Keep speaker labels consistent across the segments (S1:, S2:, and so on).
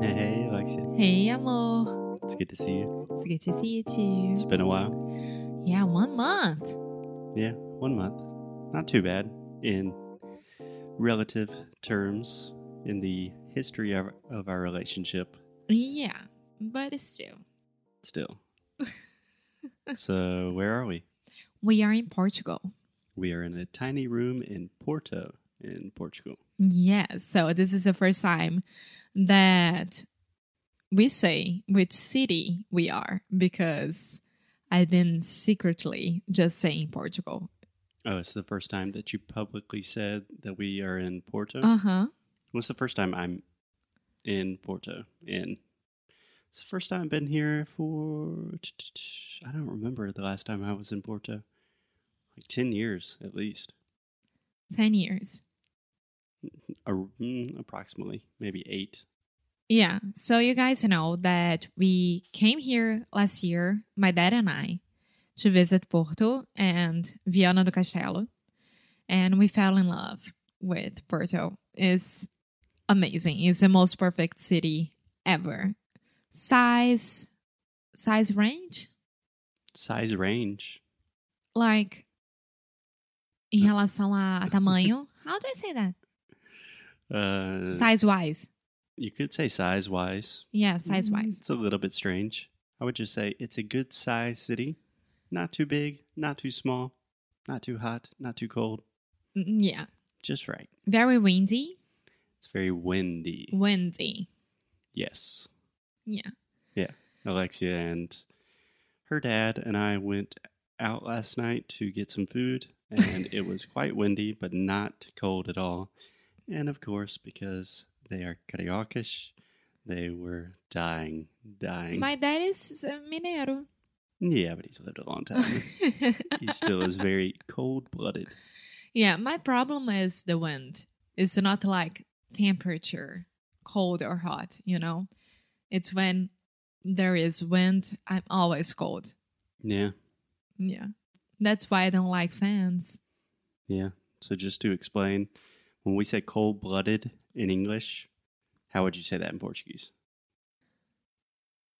S1: Hey, hey, Alexia.
S2: Hey, amor.
S1: It's good to see you.
S2: It's good to see you too.
S1: It's been a while.
S2: Yeah, one month.
S1: Yeah, one month. Not too bad in relative terms in the history of, of our relationship,
S2: Yeah, but it's still.
S1: still. so, where are we?
S2: We are in Portugal.
S1: We are in a tiny room in Porto, in Portugal.
S2: Yes, so this is the first time that we say which city we are because I've been secretly just saying Portugal.
S1: Oh, it's the first time that you publicly said that we are in Porto?
S2: Uh huh.
S1: What's the first time I'm in Porto? In it's the first time I've been here for. I don't remember the last time I was in Porto. Like ten years at least,
S2: 10 years.
S1: Ar- mm, approximately maybe eight.
S2: Yeah, so you guys know that we came here last year, my dad and I, to visit Porto and Viana do Castelo, and we fell in love with Porto. It's amazing. It's the most perfect city ever. Size, size range,
S1: Size range.
S2: like em relação a, a tamanho. How do I say that?
S1: Uh,
S2: Size wise.
S1: you could say size wise.
S2: Yeah, size wise.
S1: it's a little bit strange. I would just say it's a good size city, not too big, not too small, not too hot, not too cold,
S2: Mm, Yeah.
S1: just right.
S2: Very windy.
S1: It's very windy.
S2: Windy.
S1: Yes.
S2: Yeah.
S1: Yeah. Alexia and her dad and I went out last night to get some food, and it was quite windy, but not cold at all. And of course, because they are Cariocas, they were dying, dying.
S2: My dad is uh, mineiro.
S1: yeah, but he's lived a long time. he still is very cold blooded.
S2: yeah, my problem is the wind. It's not like temperature, cold or hot, you know? It's when there is wind, I'm always cold.
S1: Yeah,
S2: Yeah. That's why I don't like fans.
S1: yeah. So just to explain, when we say cold blooded in English, how would you say that in Portuguese?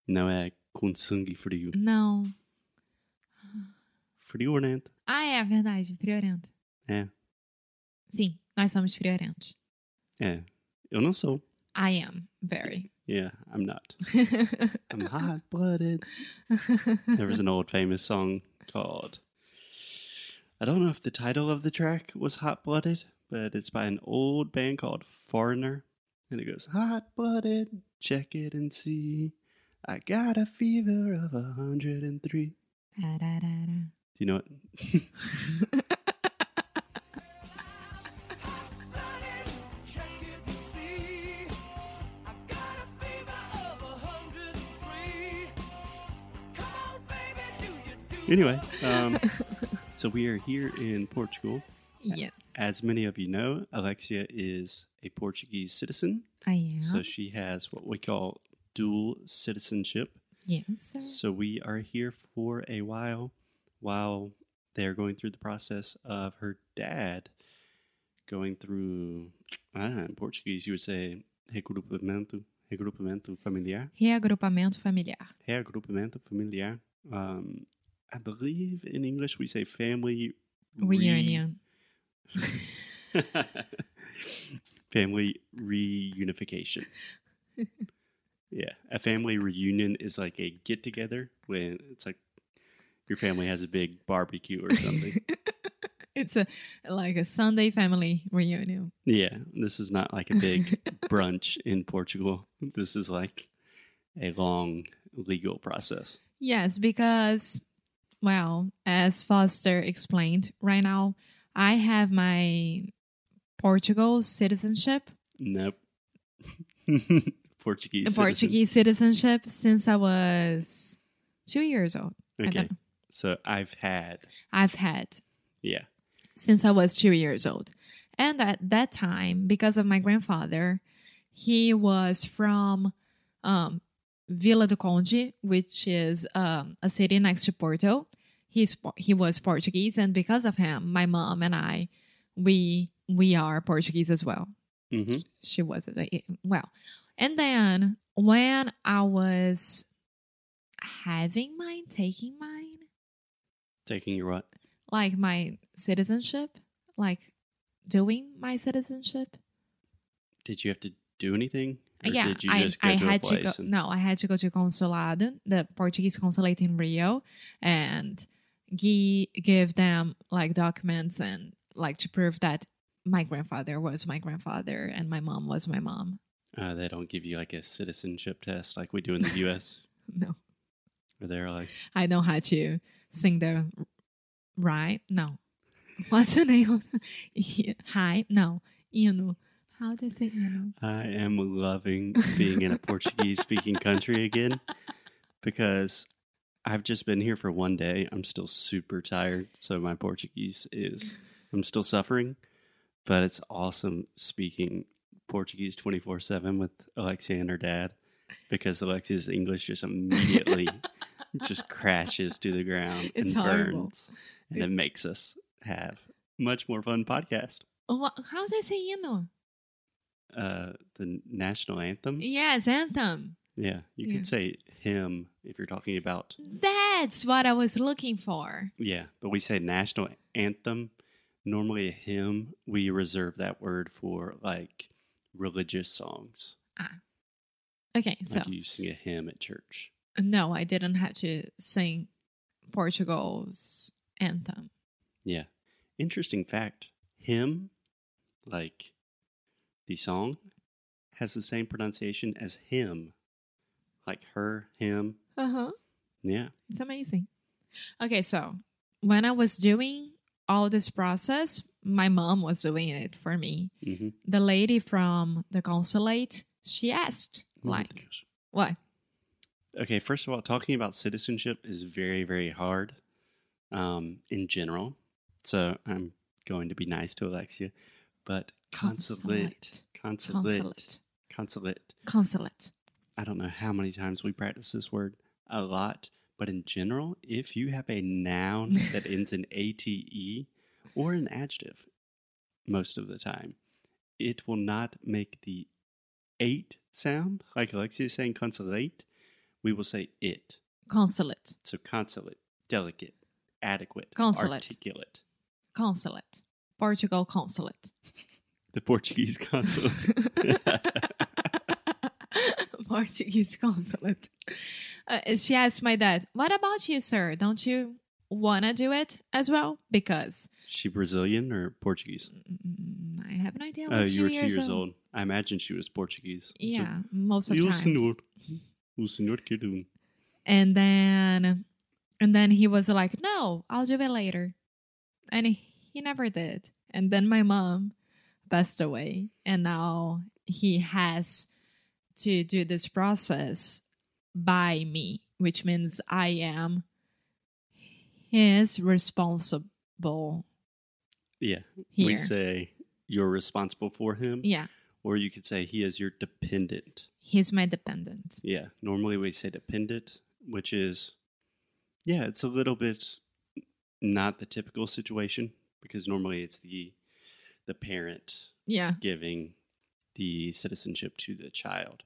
S1: Não é com sangue frio.
S2: Não.
S1: friorento.
S2: Ah, é verdade, friorento.
S1: É.
S2: Sim, nós somos friorentos.
S1: É. Eu não sou.
S2: I am very.
S1: Yeah, I'm not. I'm hot blooded. There was an old famous song called. I don't know if the title of the track was Hot Blooded, but it's by an old band called Foreigner. And it goes, Hot blooded, check it and see. I got a fever of 103. Do
S2: Tararara.
S1: you know it? anyway, um, so we are here in Portugal.
S2: yes,
S1: As many of you know, Alexia is a Portuguese citizen,
S2: I am.
S1: so she has what we call dual citizenship.
S2: yes, sir.
S1: So we are here for a while while they are going through the process of her dad going through, ah, in Portuguese, you would say regrupamento, regrupamento familiar,
S2: Reagrupamento familiar.
S1: regrupamento familiar. Um, I believe in English we say family re-
S2: Reunion.
S1: family reunification. yeah, a family reunion is like a get together when it's like your family has a big barbecue or something.
S2: it's a like a Sunday family reunion.
S1: yeah, this is not like a big brunch in Portugal. This is like a long legal process.
S2: yes, because well, as Foster explained, right now I have my Portugal citizenship,
S1: Nope. Portuguese.
S2: a
S1: citizen.
S2: Portuguese citizenship since I was 2 years old. I
S1: Okay.
S2: don't know.
S1: So I've had.
S2: I've had
S1: Yeah.
S2: since I was two years old. And at that time, because of my grandfather, he was from um, Vila do Conde, which is um, a city next to Porto. He's Po- he was Portuguese, and because of him, my mom and I, we we are Portuguese as well.
S1: hmm
S2: She was well, uh, e, and then when I was having mine, taking mine,
S1: Taking your what?
S2: like my citizenship, like doing my citizenship.
S1: Did you have to do anything?
S2: yeah,
S1: did you
S2: I,
S1: just go
S2: I
S1: to
S2: had
S1: a
S2: to
S1: place
S2: go.
S1: and-
S2: No, I had to go to consulado, the Portuguese consulate in Rio, and gi- give them like documents and like to prove that my grandfather was my grandfather and my mom was my mom.
S1: Uh, they don't give you like a citizenship test like we do in the U.S.
S2: No,
S1: where they're like,
S2: I know how to sing the right. No, what's the name? Hi, no, hino. How do you say hino?
S1: I am loving being in a Portuguese speaking country again because I've just been here for one day. I'm still super tired. So my Portuguese is, I'm still suffering, but it's awesome speaking Portuguese 24 7 with Alexia and her dad because Alexia's English just immediately just crashes to the ground
S2: It's
S1: and
S2: horrible.
S1: burns. And it makes us have much more fun podcast.
S2: Wha- How do I say hino?
S1: Uh, the national anthem.
S2: Yes, anthem.
S1: Yeah, you
S2: Yeah.
S1: could say him if you're talking about.
S2: That's what I was looking for.
S1: Yeah, but we say national anthem. Normally, hymn, we reserve that word for like religious songs.
S2: Ah. Okay, so
S1: Like you sing a hymn at church.
S2: no, I didn't have to sing Portugal's anthem.
S1: Yeah. Interesting fact hymn, like the song, has the same pronunciation as him. Like her, him.
S2: Uh huh.
S1: Yeah.
S2: It's amazing. Okay, so when I was doing all this process, my mom was doing it for me.
S1: hmm
S2: The lady from the consulate, she asked,
S1: Hmm.
S2: like, what?
S1: Okay, first of all, talking about citizenship is very, very hard um, in general. So I'm going to be nice to Alexia, but consulate, consulate,
S2: Consulate.
S1: consulate.
S2: Consulate.
S1: I don't know how many times we practice this word a lot, but in general, if you have a noun that ends in ate or an adjective, most of the time, it will not make the eight sound. Like Alexia is saying, consulate, we will say it.
S2: Consulate.
S1: So consulate, delicate, adequate,
S2: Consulate.
S1: articulate.
S2: Consulate. Portugal consulate.
S1: The Portuguese consulate.
S2: Portuguese consulate. Uh, she asked my dad, What about you, sir? Don't you want to do it as well? Because
S1: she Brazilian or Portuguese?
S2: mm, I have an idea. I
S1: Oh,
S2: was
S1: you
S2: two
S1: were two
S2: years, old.
S1: I imagine she was Portuguese. It's a-
S2: Yeah, most of
S1: E o
S2: times.
S1: senhor? O senhor que dum.
S2: And then, and then he was like, No, I'll do it later. And he never did. And then my mom passed away, and now he has to do this process by me, which means I am his responsible
S1: Yeah. We
S2: here.
S1: say you're responsible for him,
S2: yeah,
S1: or you could say he is your dependent.
S2: he's my dependent.
S1: Yeah. Normally we say dependent, which is, yeah, it's a little bit not the typical situation because normally it's the the parent
S2: Yeah,
S1: giving the citizenship to the child.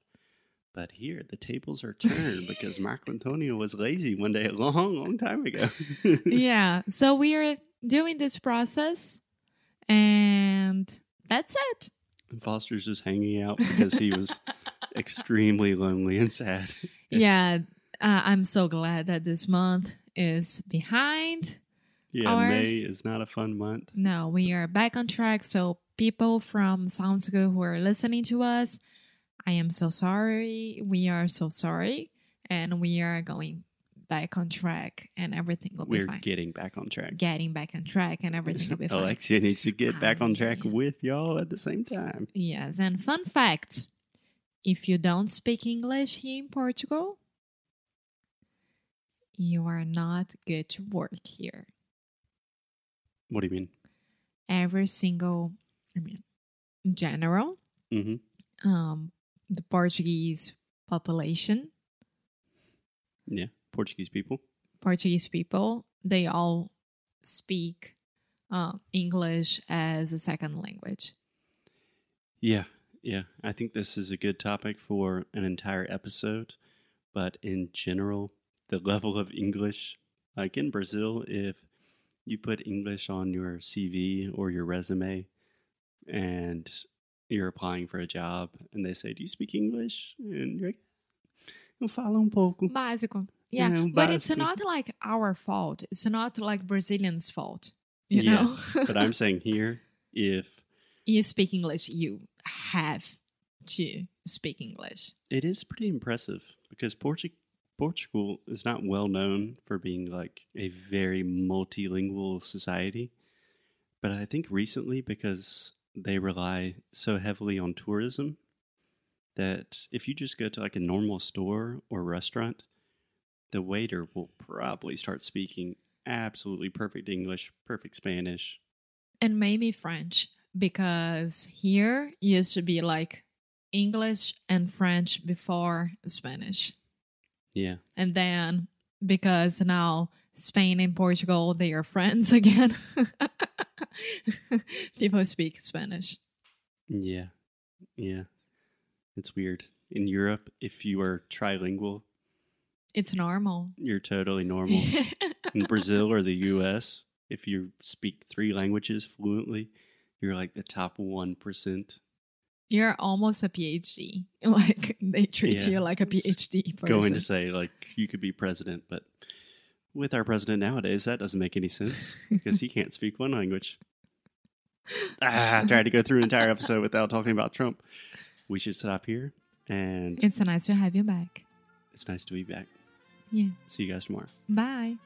S1: But here the tables are turned because Marco Antonio was lazy one day a long, long time ago.
S2: yeah. So we are doing this process, and that's it.
S1: And Foster's just hanging out because he was extremely lonely and sad.
S2: yeah uh, i'm so glad that this month is behind
S1: Yeah,
S2: Our-
S1: May is not a fun month.
S2: no we are back on track so people from sounds good who are listening to us i am so sorry we are so sorry and we are going back on track and everything will be
S1: We're Oh,
S2: fine
S1: getting back on track.
S2: getting back on track and everything will be fine
S1: Alexia needs to get back on track
S2: Ah.
S1: with y'all at the same time.
S2: yes and fun fact if you don't speak english here in portugal you are not good to work here
S1: What do you mean?
S2: every single i mean in general
S1: hmm
S2: um the portuguese population
S1: Yeah, Portuguese people.
S2: portuguese people they all um, speak uh, english as a second language
S1: Yeah, Yeah, I think this is a good topic for an entire episode. But in general, the level of English, like in Brazil, if you put English on your CV or your resume and you're applying for a job and they say, Do you speak English? And you're like, Eu falo um pouco.
S2: Básico. Yeah.
S1: Yeah,
S2: but it's
S1: básico.
S2: not like our fault. It's not like Brazilians' fault. You
S1: Yeah,
S2: know?
S1: but I'm saying here, if
S2: you speak English, you have to speak English.
S1: it is pretty impressive because Portu- Portugal is not well known for being like a very multilingual society. But I think recently, because they rely so heavily on tourism, that if you just go to like a normal store or restaurant, the waiter will probably start speaking absolutely perfect English, perfect Spanish.
S2: and maybe French because here used to be like English and French before Spanish.
S1: Yeah.
S2: And then because now Spain and Portugal they are friends again. People speak Spanish.
S1: Yeah. Yeah. It's weird. In Europe, if you are trilingual,
S2: It's normal.
S1: you're totally normal. In Brazil or the US, if you speak three languages fluently, you're like the top 1%
S2: You're almost a PhD. Like they treat
S1: Yeah.
S2: you like a PhD person.
S1: going to say, like, you could be president. But with our president nowadays, that doesn't make any sense because he can't speak one language. Ah, I tried to go through an entire episode without talking about Trump. We should stop here. And
S2: it's nice to have you back.
S1: it's nice to be back.
S2: Yeah.
S1: See you guys tomorrow.
S2: Bye.